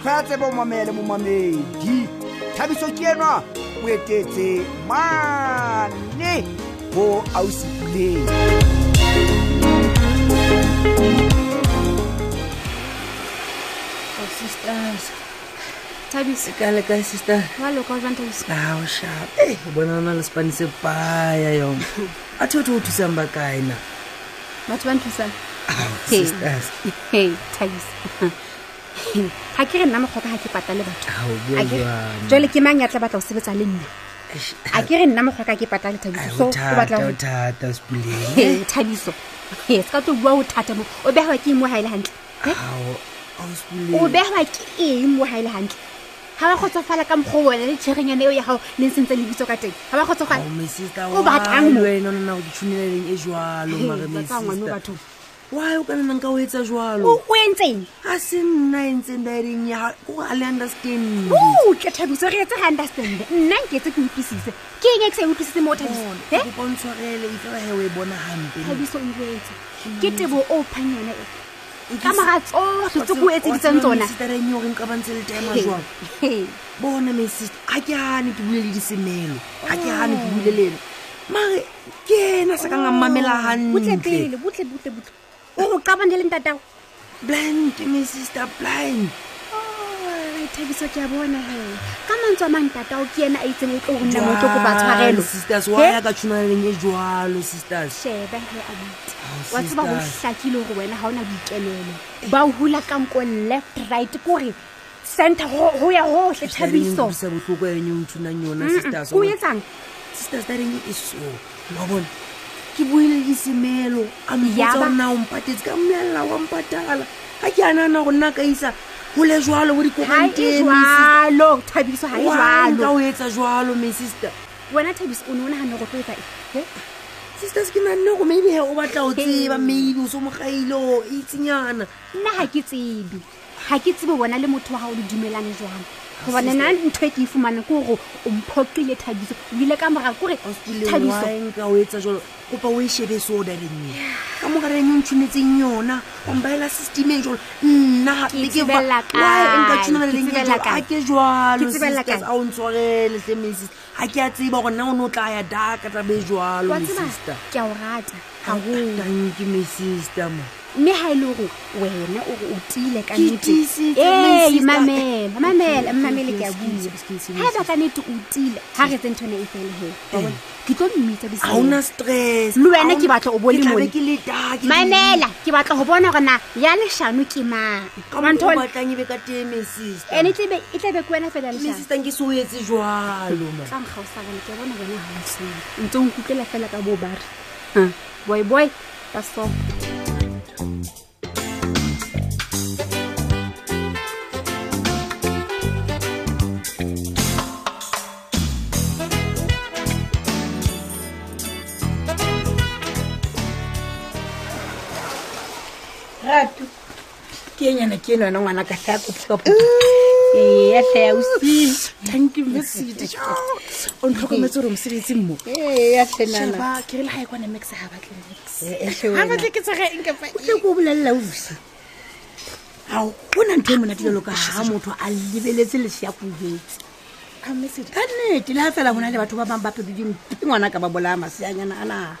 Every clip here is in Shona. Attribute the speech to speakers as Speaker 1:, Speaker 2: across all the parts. Speaker 1: kgatse ba omamele momamedi thabiso ke enwa o etetse mane ho ausipuleng
Speaker 2: Oh, sisters thabiso
Speaker 3: ka le kae sister
Speaker 2: wa loka jang thabiso
Speaker 3: ao shap e o bona ona le sefane se paya yona a the otho o thusang ba kae na
Speaker 2: batho ba nthusang
Speaker 3: Ao,
Speaker 2: Hey.
Speaker 3: sisters
Speaker 2: he thabiso ga ke re nna mogoka ga ke patale batho
Speaker 3: ao
Speaker 2: Ha
Speaker 3: bua
Speaker 2: ke-
Speaker 3: jwang.
Speaker 2: jwale ke mang ya tla batla go sebetsa le nna
Speaker 3: Eish,
Speaker 2: a ke re nna mogoka ke patale
Speaker 3: ai,
Speaker 2: thabiso
Speaker 3: ho
Speaker 2: so o
Speaker 3: thata,
Speaker 2: batla
Speaker 3: ho thata sepuleng
Speaker 2: He, thabiso e se ka tlo bua o thata mo o begawa ke eng mo ga e le gantle
Speaker 3: ao ao
Speaker 2: o
Speaker 3: sepuleng
Speaker 2: begawa ke eng mo ga e le gantle ga wa kgotsofala ka mokgwa o wena le tšhegenyana eo ya gago le ntse ntse le bitso ka teng ga wa kgotsofala
Speaker 3: ao mesister
Speaker 2: O batlang mo?
Speaker 3: wena onana o ditshuneleleng e jalo
Speaker 2: He,
Speaker 3: mare
Speaker 2: tsa tsa ngwana
Speaker 3: mesister
Speaker 2: o Oh. bathong.
Speaker 3: wy o kananang ka o etsa jalo
Speaker 2: o o entseng
Speaker 3: ga se nna e ntseng direng ya ko a le understanding
Speaker 2: Oh. otle thabiso re etse ga understand nna nketse ke utlwisise ke eng e ke sa e utlwisise mo thabiso
Speaker 3: Ke
Speaker 2: he
Speaker 3: kopa o ntshwarele efela he o e bona gampe
Speaker 2: thabiso o ile etse ke tebo o phang yona e
Speaker 3: Utlwisisa-
Speaker 2: ka mora tsotlhe tse ko o etseditseng tsona
Speaker 3: sistereng eo reng ka bantse le tema
Speaker 2: He,
Speaker 3: jwang
Speaker 2: he.
Speaker 3: bona mesister ga ke gane ke bule le disemelo ga ke gane ke bule le ena mare ke ena se ka nga mmamela
Speaker 2: Oh, butle
Speaker 3: gantle
Speaker 2: pele butle butle butle o go qabane le ntatao
Speaker 3: blind mesister blind
Speaker 2: thabiso ke a bona he ka mantswe a mangtatao ke ena a itseng o tlo go nna motlo kopa tshwarelo
Speaker 3: sisters
Speaker 2: He?
Speaker 3: wa ya ka tshwanaleng e jalo sisters
Speaker 2: shebe he abuti
Speaker 3: Oh,
Speaker 2: wa tseba go
Speaker 3: sisters.
Speaker 2: hlakile gore wena ga o na boikemelo ba o hula ka nko left right kore center go go ya gotlhe thabiso
Speaker 3: sa botlhoko ene o thunang yona sisters
Speaker 2: o etsang
Speaker 3: sisters tareng e so wa bona ke buile le semelo a mpotsa
Speaker 2: Yaba?
Speaker 3: gore na o mpatetse ka mmelela wa mpatala ga ke anana go nna ka isa go le jalo go
Speaker 2: ga e jalo thabiso ga e jalo
Speaker 3: o etsa jalo me sister
Speaker 2: wena thabiso o ne o naganne go tlo etsa eng? He?
Speaker 3: sisters ke nanne go maybe he o batla go
Speaker 2: Hey.
Speaker 3: tseba maybe o se mo gaile o itsenyana
Speaker 2: nna ga ke tsebe ga ke tsebe wena le motho wa gago le dumelane jwang gobane
Speaker 3: sister.
Speaker 2: nna ntho e ke e fumane ke gore o mphoqile thabiso o ile ka mora kore thabiso
Speaker 3: lenka o etsa jalo kopa o e shebe sodareng e ka mokareng e ntshunetseng yona ombaela systemeng jalo e nna
Speaker 2: Ke tsebella
Speaker 3: e
Speaker 2: kae? Ke tsebella kae?
Speaker 3: ke jalo
Speaker 2: Ke tsebella
Speaker 3: sisters a
Speaker 2: kae?
Speaker 3: o ntshwarele hle mesis ga ke a tseba gore na o ne o tla ya daka tabe jalo
Speaker 2: wa
Speaker 3: me
Speaker 2: tseba
Speaker 3: sister
Speaker 2: ke a o rata gagolo
Speaker 3: tanke me sister mo
Speaker 2: mme ga e le gore wena ore o tiile ka
Speaker 3: Ke
Speaker 2: nnete
Speaker 3: tiisitse, my
Speaker 2: ee
Speaker 3: sister.
Speaker 2: mamela mamela
Speaker 3: Ke-
Speaker 2: mmamele
Speaker 3: ke-
Speaker 2: ke a
Speaker 3: ke-
Speaker 2: bua
Speaker 3: ke- ke-
Speaker 2: ga e baka nnete o tiile ga re tse nthone e felege
Speaker 4: Eh.
Speaker 2: ke tlo mmitsa
Speaker 3: ga ona stress
Speaker 2: Le wena
Speaker 3: Ha o-
Speaker 2: ke batla o bo le
Speaker 3: ke tla be
Speaker 2: monna.
Speaker 3: ke le daka, ke
Speaker 2: mamela ke batla go bona gore na ya leshano ke mang
Speaker 3: ka
Speaker 2: Wa
Speaker 3: mokgwa o
Speaker 2: nthole?
Speaker 3: batlang e be ka tee me sister
Speaker 2: ene e tlebe- e tlabe ke wena fela
Speaker 3: me
Speaker 2: leshano
Speaker 3: sister nke se o etse jalo ma
Speaker 2: tlang ga o sa bone ke bona bona ga se ntse o e nkutlwela fela ka bo bare Ah, boy boy ka so
Speaker 5: rato ke enyana ke eno yona ngwana ka tlha kopikapoka eya tlha ya osi
Speaker 4: tanke mesedi o ntlhokometse gore mosebetsi mmo
Speaker 5: eya tlhenana
Speaker 4: shaba ke re le ga e kwana max ga batle max
Speaker 5: Eh,
Speaker 4: ga
Speaker 5: o
Speaker 4: batle ke tsega enkafa
Speaker 5: tle ko o bolelela osi
Speaker 4: ao
Speaker 5: go na ntho e monate jalo ka ga motho a lebeletse lesea koetse
Speaker 4: mesedi
Speaker 5: ka nnete le ga fela go na le batho ba bangwe ba pedodimo ke ngwana ka ba bolaya maseanyana a naga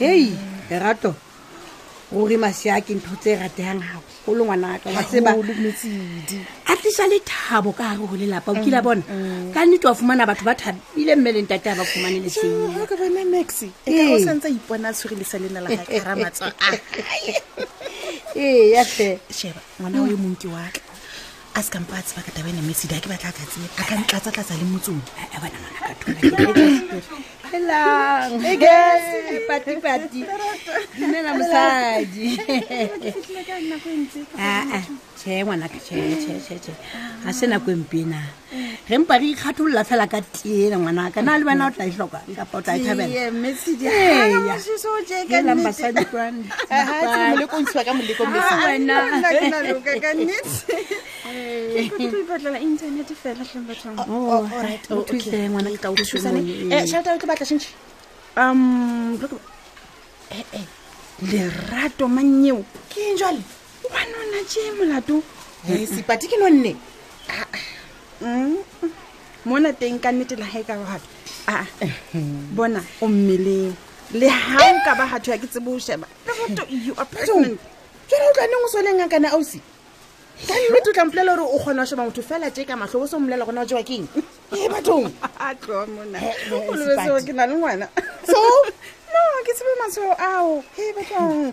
Speaker 5: hei lerato ruri masea ke ntho tse rategang gagolo ngwanaka wa tseba
Speaker 4: mesedi
Speaker 5: a tlisa lethabo ka gare go lelapa o kile a bona
Speaker 4: Mm,
Speaker 5: ka nnete wa fumana batho ba thabile mme leng tate a ba fumane leseng
Speaker 4: ka bona max e ka o
Speaker 5: Ee.
Speaker 4: santse a ipona a tshwere lesa lena la gakaramatsa
Speaker 5: ee yafe
Speaker 4: sheba ngwana o e mong ke watla a se kampa a tseba ka taba ena mesedi a ke batla a ka tseba a ka ntlatsatlatsa le motsong a bona ngwana ka
Speaker 5: helang Yes, patipati dumela mosadi aa tšhe ngwanaka
Speaker 6: Eh.
Speaker 5: tšhetšhetšhe ga se nako empena re mpa re ikgatholola fela ka tiena ngwanaka na le wena o tla e hloka kapa o tla e thabela Eya.
Speaker 6: Ah,
Speaker 5: Helang basadi kwan-
Speaker 4: molekonshiwa ka moleko
Speaker 5: Ah, wena. Oh,
Speaker 4: Oh,
Speaker 5: o thuse ngwanaka ka o thusane.
Speaker 4: shalta o tlo batla shenche um tlo ke- Eh, eh, lerato mannyeo ke eng jale o banona je molato sepati ke nonne Mm.
Speaker 7: mona teng ka nnete le ga e ka ba gato aa bona o mmeleng le ga o ka ba gatho ya ke tsebo o sheba legato you are pregnant
Speaker 6: ke re utlwaneng o soleng ngakana ausi ka nnete o tla mpolela gore o kgona go sheba motho fela tse ka matlho bo se o mmolela gona o jewa keng e bathong
Speaker 7: a tloa mona
Speaker 6: Eh, eh,
Speaker 7: o lebesewa
Speaker 6: Sefati.
Speaker 7: ke na le ngwana
Speaker 6: so
Speaker 7: no ke tsebe matshwao ao e batlong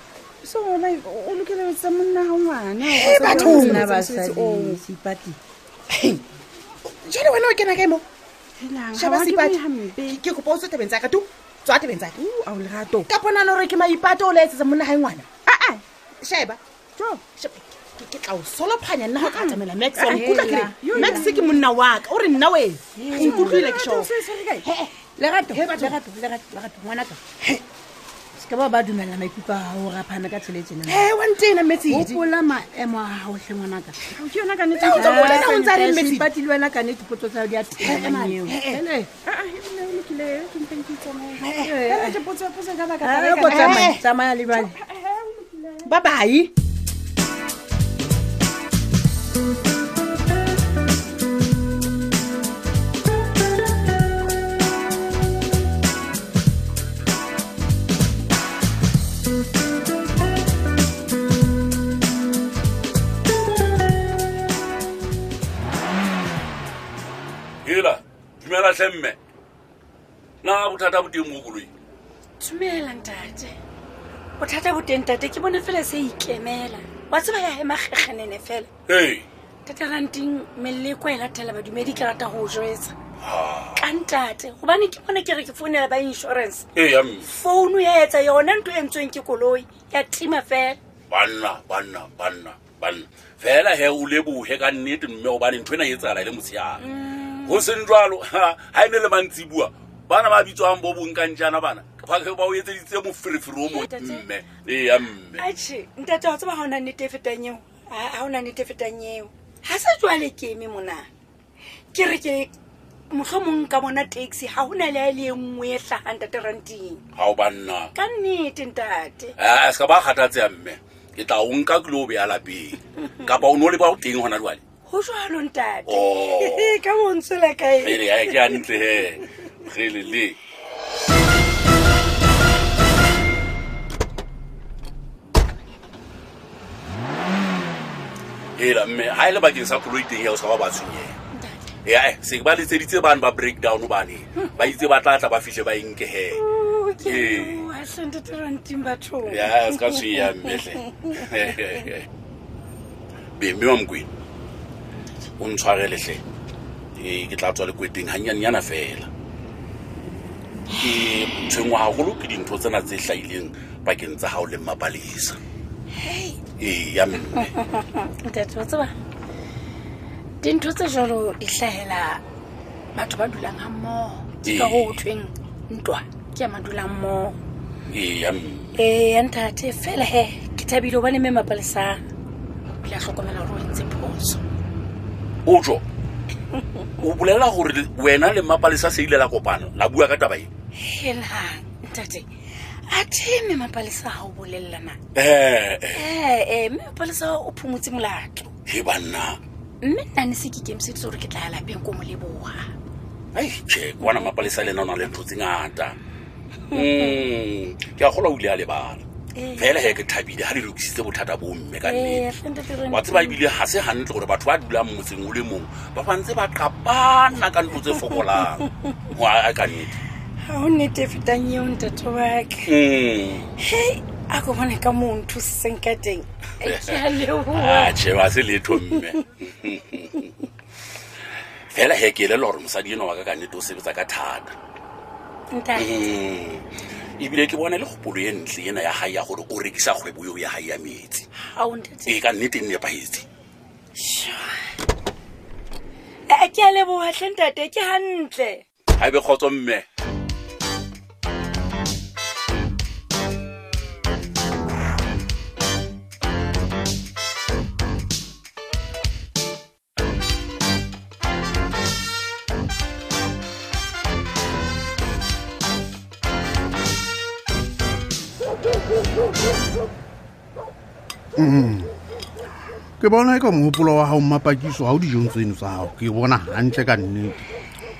Speaker 7: so like oh, o lokele ho etsetsa monna ga ngwana
Speaker 6: Eh, bathong.
Speaker 5: nna basadisipati
Speaker 6: jale wena o kena kae mo sheba sepati
Speaker 7: sepae
Speaker 6: ke kopa o tswe tabeng tsaka tu tswa tabeng tsaka
Speaker 7: ao lerato
Speaker 6: ka ponana gore ke maipato o la etsetsa monna gae ngwana aa sheba Sheba, ke- ke tla o solophanya nna go ka tsamela max wa nkutlwa ke reng? max ke monna waka o re nna wena nkutlwile ke shoo
Speaker 5: lerato lerato lerato lerato ngwanaka se ka ba ba dumelela maikutlo a gago raphana ka tsheletsena
Speaker 6: e wantena metsedi
Speaker 5: gopola maemo a gagotlhe ngwanaka
Speaker 7: ke yona
Speaker 6: Eh, o ntse o bolela o ntse a Eh, reng metsedi
Speaker 5: sepati le wena ka nnete potso tsa di a temaneo
Speaker 6: Eh,
Speaker 5: ko tsamaya tsamaya le bale
Speaker 6: babai
Speaker 8: hela dumela hle mme na bothata bo teng mo koloi
Speaker 9: dumela ntate bothata bo teng tate ke bona fela se ikemela wa tseba ya emakgekgenene fela
Speaker 8: hei
Speaker 9: tate ranting melleko e latela badumedi ke rata go jwetsa ka ntate gobane ke bona ke re ke founela ba insurance
Speaker 8: ee ya mme
Speaker 9: founu ya etsa yona ntho e ntsweng ke koloi ya tima fela
Speaker 8: banna banna banna banna fela he o lebohe ka nnete mme gobane ntho ena e tsala e le motsheyana go seng jalo ha ha e ne le mantsi bua bana ba bitswang bo bonkantjana bana ba ke- ba o etseditse moferefere o mo
Speaker 9: Ntate.
Speaker 8: mme ee ya mme
Speaker 9: atšhe ntate wa tseba ga o na nnete e fetang eo ga o na nnete e fetang eo ga se jwale ke eme mona ke re ke motlhomong ka bona taxi ga go na le a le e nngwe e tlhagang tate ranting
Speaker 8: ga o banna
Speaker 9: ka nnete ntate
Speaker 8: a se ka ba kgathatseya mme ke tla o nka kile o beya lapeng kapa o ne o le ba o teng gona jale
Speaker 9: go jalo ntate
Speaker 8: Oh.
Speaker 9: ka bontsela kae
Speaker 8: ele ya ke hantle he gele le ela mme ha e le bakeng sa koloi teng ya o sa ba ba tshwenyega ee se ke ba letseditse bane ba breakdown bane ba itse ba tla tla ba fihle ba enke he
Speaker 9: Oh,
Speaker 8: Ee.
Speaker 9: atlhantate ranting bathong
Speaker 8: ya se ka tshwenya mmetlhe bembe wa mokwena o ntshwareletlhe ee ke tla tswa lekweteng gannyanyana fela ke tshwengwa gagolo ke dintho tsena tse tlhaileng bakeng tsa gago le mmapalesa ee ya mme
Speaker 9: ntate wa tseba dintho tse jalo di tlhahela batho ba dulang ga mmogo
Speaker 8: Ee.
Speaker 9: ka go thweng ntwa ke ya madulang mmogo
Speaker 8: ee ya mme
Speaker 9: ee ya ntate fela he ke thabile gobane me mapalesa bile a tlhokomela gore o entse phoso
Speaker 8: o jo o bolela gore wena le mmapalesa se ile la kopana la bua ka taba e
Speaker 9: hela ntate athe me mapalesa ga o bolelelana
Speaker 8: ee
Speaker 9: ee mme mapalesa o phomotse molato
Speaker 8: e banna
Speaker 9: mme nnane se ke ikemiseditse gore ke tla ya lapeng ko mo leboga
Speaker 8: ai che kwana mapalesa le nona le ntho tse ngata Mm, ke a gola o ile a lebala
Speaker 9: Ee.
Speaker 8: fela he ke thabile ga le lokisitse bothata bo mme ka
Speaker 9: Ee,
Speaker 8: nnete
Speaker 9: Frank, Eh, ntate Frank.
Speaker 8: wa tseba ebile ga se gantle gore batho ba dulang motseng o le mongwe ba bantse ba kapana ka ntlo tse fokolang Wa- a ka nnete
Speaker 9: ha o nnete e fetang eo ntate waka
Speaker 8: Mm.
Speaker 9: hei a ko bone ka moo nthusitseng ka teng Eh, ke a leboga
Speaker 8: Ah, che ba se letho mme fela he ke elela gore mosadi eno wa ka ka nnete o sebetsa ka thata
Speaker 9: ntate
Speaker 8: Mm. ebile ke bona le kgopolo e ntle ena ya gae ya gore o rekisa kgwebo eo ya gae ya metsi
Speaker 9: ha o ntate
Speaker 8: e ka nnete e nepagetse
Speaker 9: Eh, ke a lebogatlhe ntate ke hantle
Speaker 8: a be kgotso mme
Speaker 10: ke bona eka mogopolo wa gago mmapakiso ga o dijong tseno tsa gago ke bona gantle ka nnete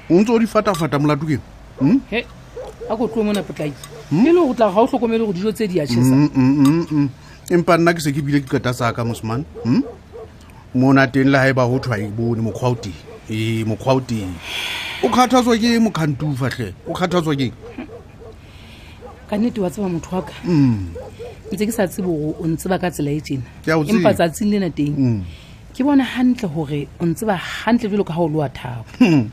Speaker 10: o ntse o di fatafata molatokeng
Speaker 11: he a ko tloe mona potlaki e le go tla ga o tlhokomele go dijo tse di
Speaker 10: Mm.
Speaker 11: achesa
Speaker 10: empa nna ke se ke bile ke keta saka mosemane m Hmm? mona teng le ga e ba go thwa e bone mokgwa o teng ee mokgwa o teng o kgathatswa ke eng mokgantufatlhe o kgathatswa ke eng
Speaker 11: ka nnete wa tseba motho wa ka
Speaker 10: Mm,
Speaker 11: ntse ke sa tsebe gore o ntseba ka tsela e tena
Speaker 10: Ke a o tseba.
Speaker 11: empa tsatsing lena teng
Speaker 10: Mm.
Speaker 11: ke bona gantle gore o ntseba gantle jalo ka ga o le wa thabo
Speaker 10: hmm.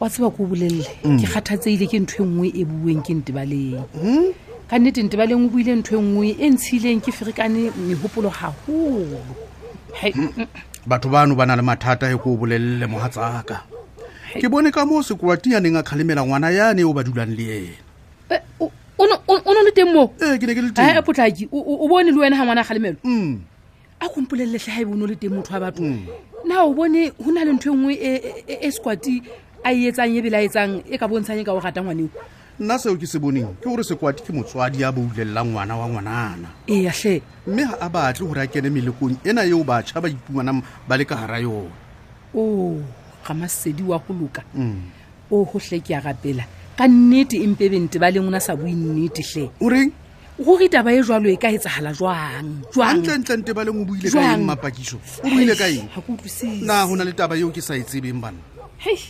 Speaker 11: wa tseba ko o bolelele
Speaker 10: Mm.
Speaker 11: ke kgathatseile ke ntho e nngwe e bueng ke ntebaleng
Speaker 10: Hmm?
Speaker 11: ka nnete ntebaleng o buile ntho e nngwe e ntshileng ke ferekane megopolo gagolo
Speaker 10: Hmm. batho bano ba na le mathata e ko o bolelele mogatsaka ke bone ka moo sekolati a neng a kgalemela ngwana yane o ba dulang le ena
Speaker 11: eh, o ne o ne le teng moo
Speaker 10: ee ke ne ke le
Speaker 11: ae
Speaker 10: teng
Speaker 11: potlaki o- o o bone le wena ga ngwana a galemelo
Speaker 10: Mm.
Speaker 11: a kompoleletlhe ga e bone o le teng motho wa batho na o bone go na le ntho e nngwe e- e- e sekwati a e etsang ebele a etsang e ka bontshang e ka o rata ngwaneo
Speaker 10: nna seo ke se boneng ke gore sekwati ke motswadi a boulelela ngwana wa ngwanana
Speaker 11: eyatlhe
Speaker 10: mme ga a batle gore a kene melekong ena eo batšha ba ipumanang ba le ka gara yona
Speaker 11: o ga masedi wa go loka
Speaker 10: Mm.
Speaker 11: o gotlhe ke a rapela ka nnete e empe bente ba leng o na sa bue nnetetlhe
Speaker 10: oreng
Speaker 11: gore taba e jalo e ka etsagala jwang jwang
Speaker 10: gantlentlente ba leng o buile ka eng
Speaker 11: Jwang?
Speaker 10: mapakiso o buile ka eng
Speaker 11: Ha ke utlwisisi.
Speaker 10: na go na le taba eo ke sa e tsebeng banna
Speaker 11: hei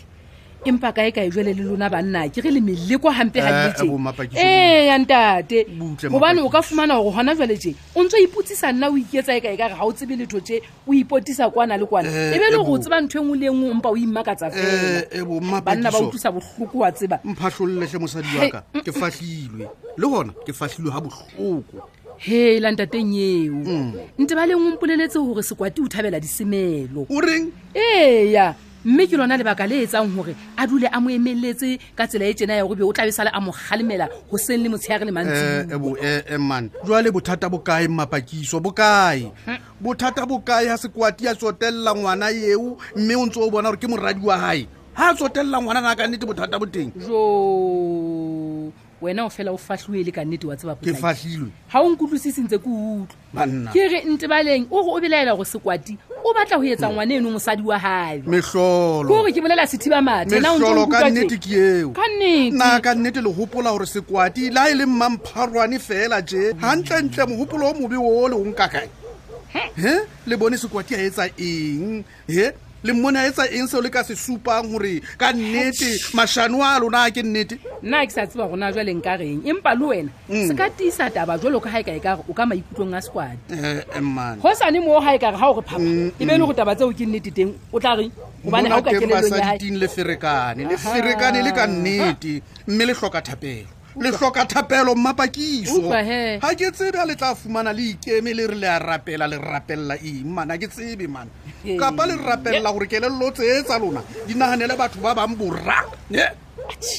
Speaker 11: empa kae ka e jwale le lona banna ke re le meleko
Speaker 10: Eh,
Speaker 11: gampe ga
Speaker 10: eh, bo Mapakiso,
Speaker 11: ee ya ntate
Speaker 10: Butle
Speaker 11: gobane o ka fumana gore gona jwale je o ntse o ipotsisa nna o iketsa e kae ka re ga o tsebe letho tje o ipotisa kwana le kwana
Speaker 10: Eh,
Speaker 11: e be le
Speaker 10: eh,
Speaker 11: gore o
Speaker 10: bo-
Speaker 11: tseba ntho e nngwe le engwe mpa o imakatsa
Speaker 10: Eh, eh, bo
Speaker 11: fela
Speaker 10: Mapakiso.
Speaker 11: banna ba utlwisa botlhoko wa tseba
Speaker 10: mphatlholetlhe mosadi
Speaker 11: Hei,
Speaker 10: waka ke fatlhilwe le gona ke fatlhilwe ga botlhoko
Speaker 11: he la ntateng
Speaker 10: Mm.
Speaker 11: eo nte ba leng ompoleletse gore sekwati o thabela disemelo
Speaker 10: oreng
Speaker 11: eya mme ke lona lebaka le etsang gore a dule a mo emeletse ka tsela e tsena ya gobe o tlabe sale a mo galemela goseng le motsheyare
Speaker 10: Eh.
Speaker 11: le mantsi
Speaker 10: eman jwale bothata bokae mapakiso bokae bothata bokae ga sekwati a tsotelela ngwana eo mme o ntse o bona gore ke moradi wa gae ga a tsotelela ngwana na ka nnete bothata boteng
Speaker 11: jo wena o fela o fatlhoe le ka nnete wa tseba
Speaker 10: ke
Speaker 11: Potlaki.
Speaker 10: fatlhilwe
Speaker 11: ga o nkutlwisise ntse ke utlwe
Speaker 10: banna
Speaker 11: ke re ntebaleng o re o belaela gore sekwati o batla go
Speaker 10: Mm.
Speaker 11: etsa ngwane eno mosadi wa gae ke
Speaker 10: metlholo
Speaker 11: gore ke bolela sethiba mathe na o ntso
Speaker 10: metlholo ka
Speaker 11: nkutlwa
Speaker 10: nnete
Speaker 11: tje?
Speaker 10: ke eo
Speaker 11: ka nnete
Speaker 10: nna ka nnete le gopola gore sekwati la e le mampharwane fela je gantlentle mogopolo o mobe oo le o nka kae he le bone sekwati a etsa eng he le mmone a etsa eng seo le ka se supang gore ka nnete mašhano a lona a ke nnete
Speaker 11: nna ke sa tseba gona jwale nka reng empa le wena
Speaker 10: Mm.
Speaker 11: se ka tiisa taba jalo ka ga e ka e kare o ka maikutlong a sekwadi
Speaker 10: mmane
Speaker 11: go sane moo ga e kare ga o re phapa e be e le go taba tseo ke nnete teng o tla reng gobane ga o ka
Speaker 10: monateng
Speaker 11: kelelong ya gae
Speaker 10: basaditing le ferekane le ferekane le ka nnete mme le tlhoka thapelo le tlhoka thapelo mmapakiso
Speaker 11: Utlwa hee.
Speaker 10: ga ke tsebe a le tla fumana le ikeme le re le a rapela le rapelela eng mana ke tsebe mana
Speaker 11: Hei.
Speaker 10: kapa le rapelela gore kelelelo tseetsa lona dinaganele batho ba bang bora He.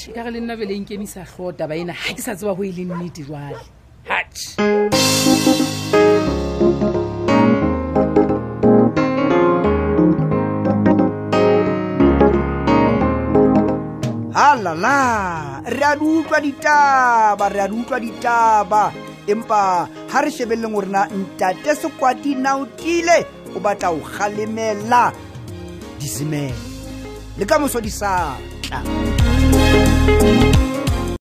Speaker 11: e ka re le nna bele nkemisa tlhoo taba ena ga ke sa tseba go e le nnete jwale hatch
Speaker 1: halala re a di utlwa ditaba re a di utlwa ditaba empa ha re shebelleng gore na ntate sekwati na o tile o batla o galemela disemela le ka moso di satla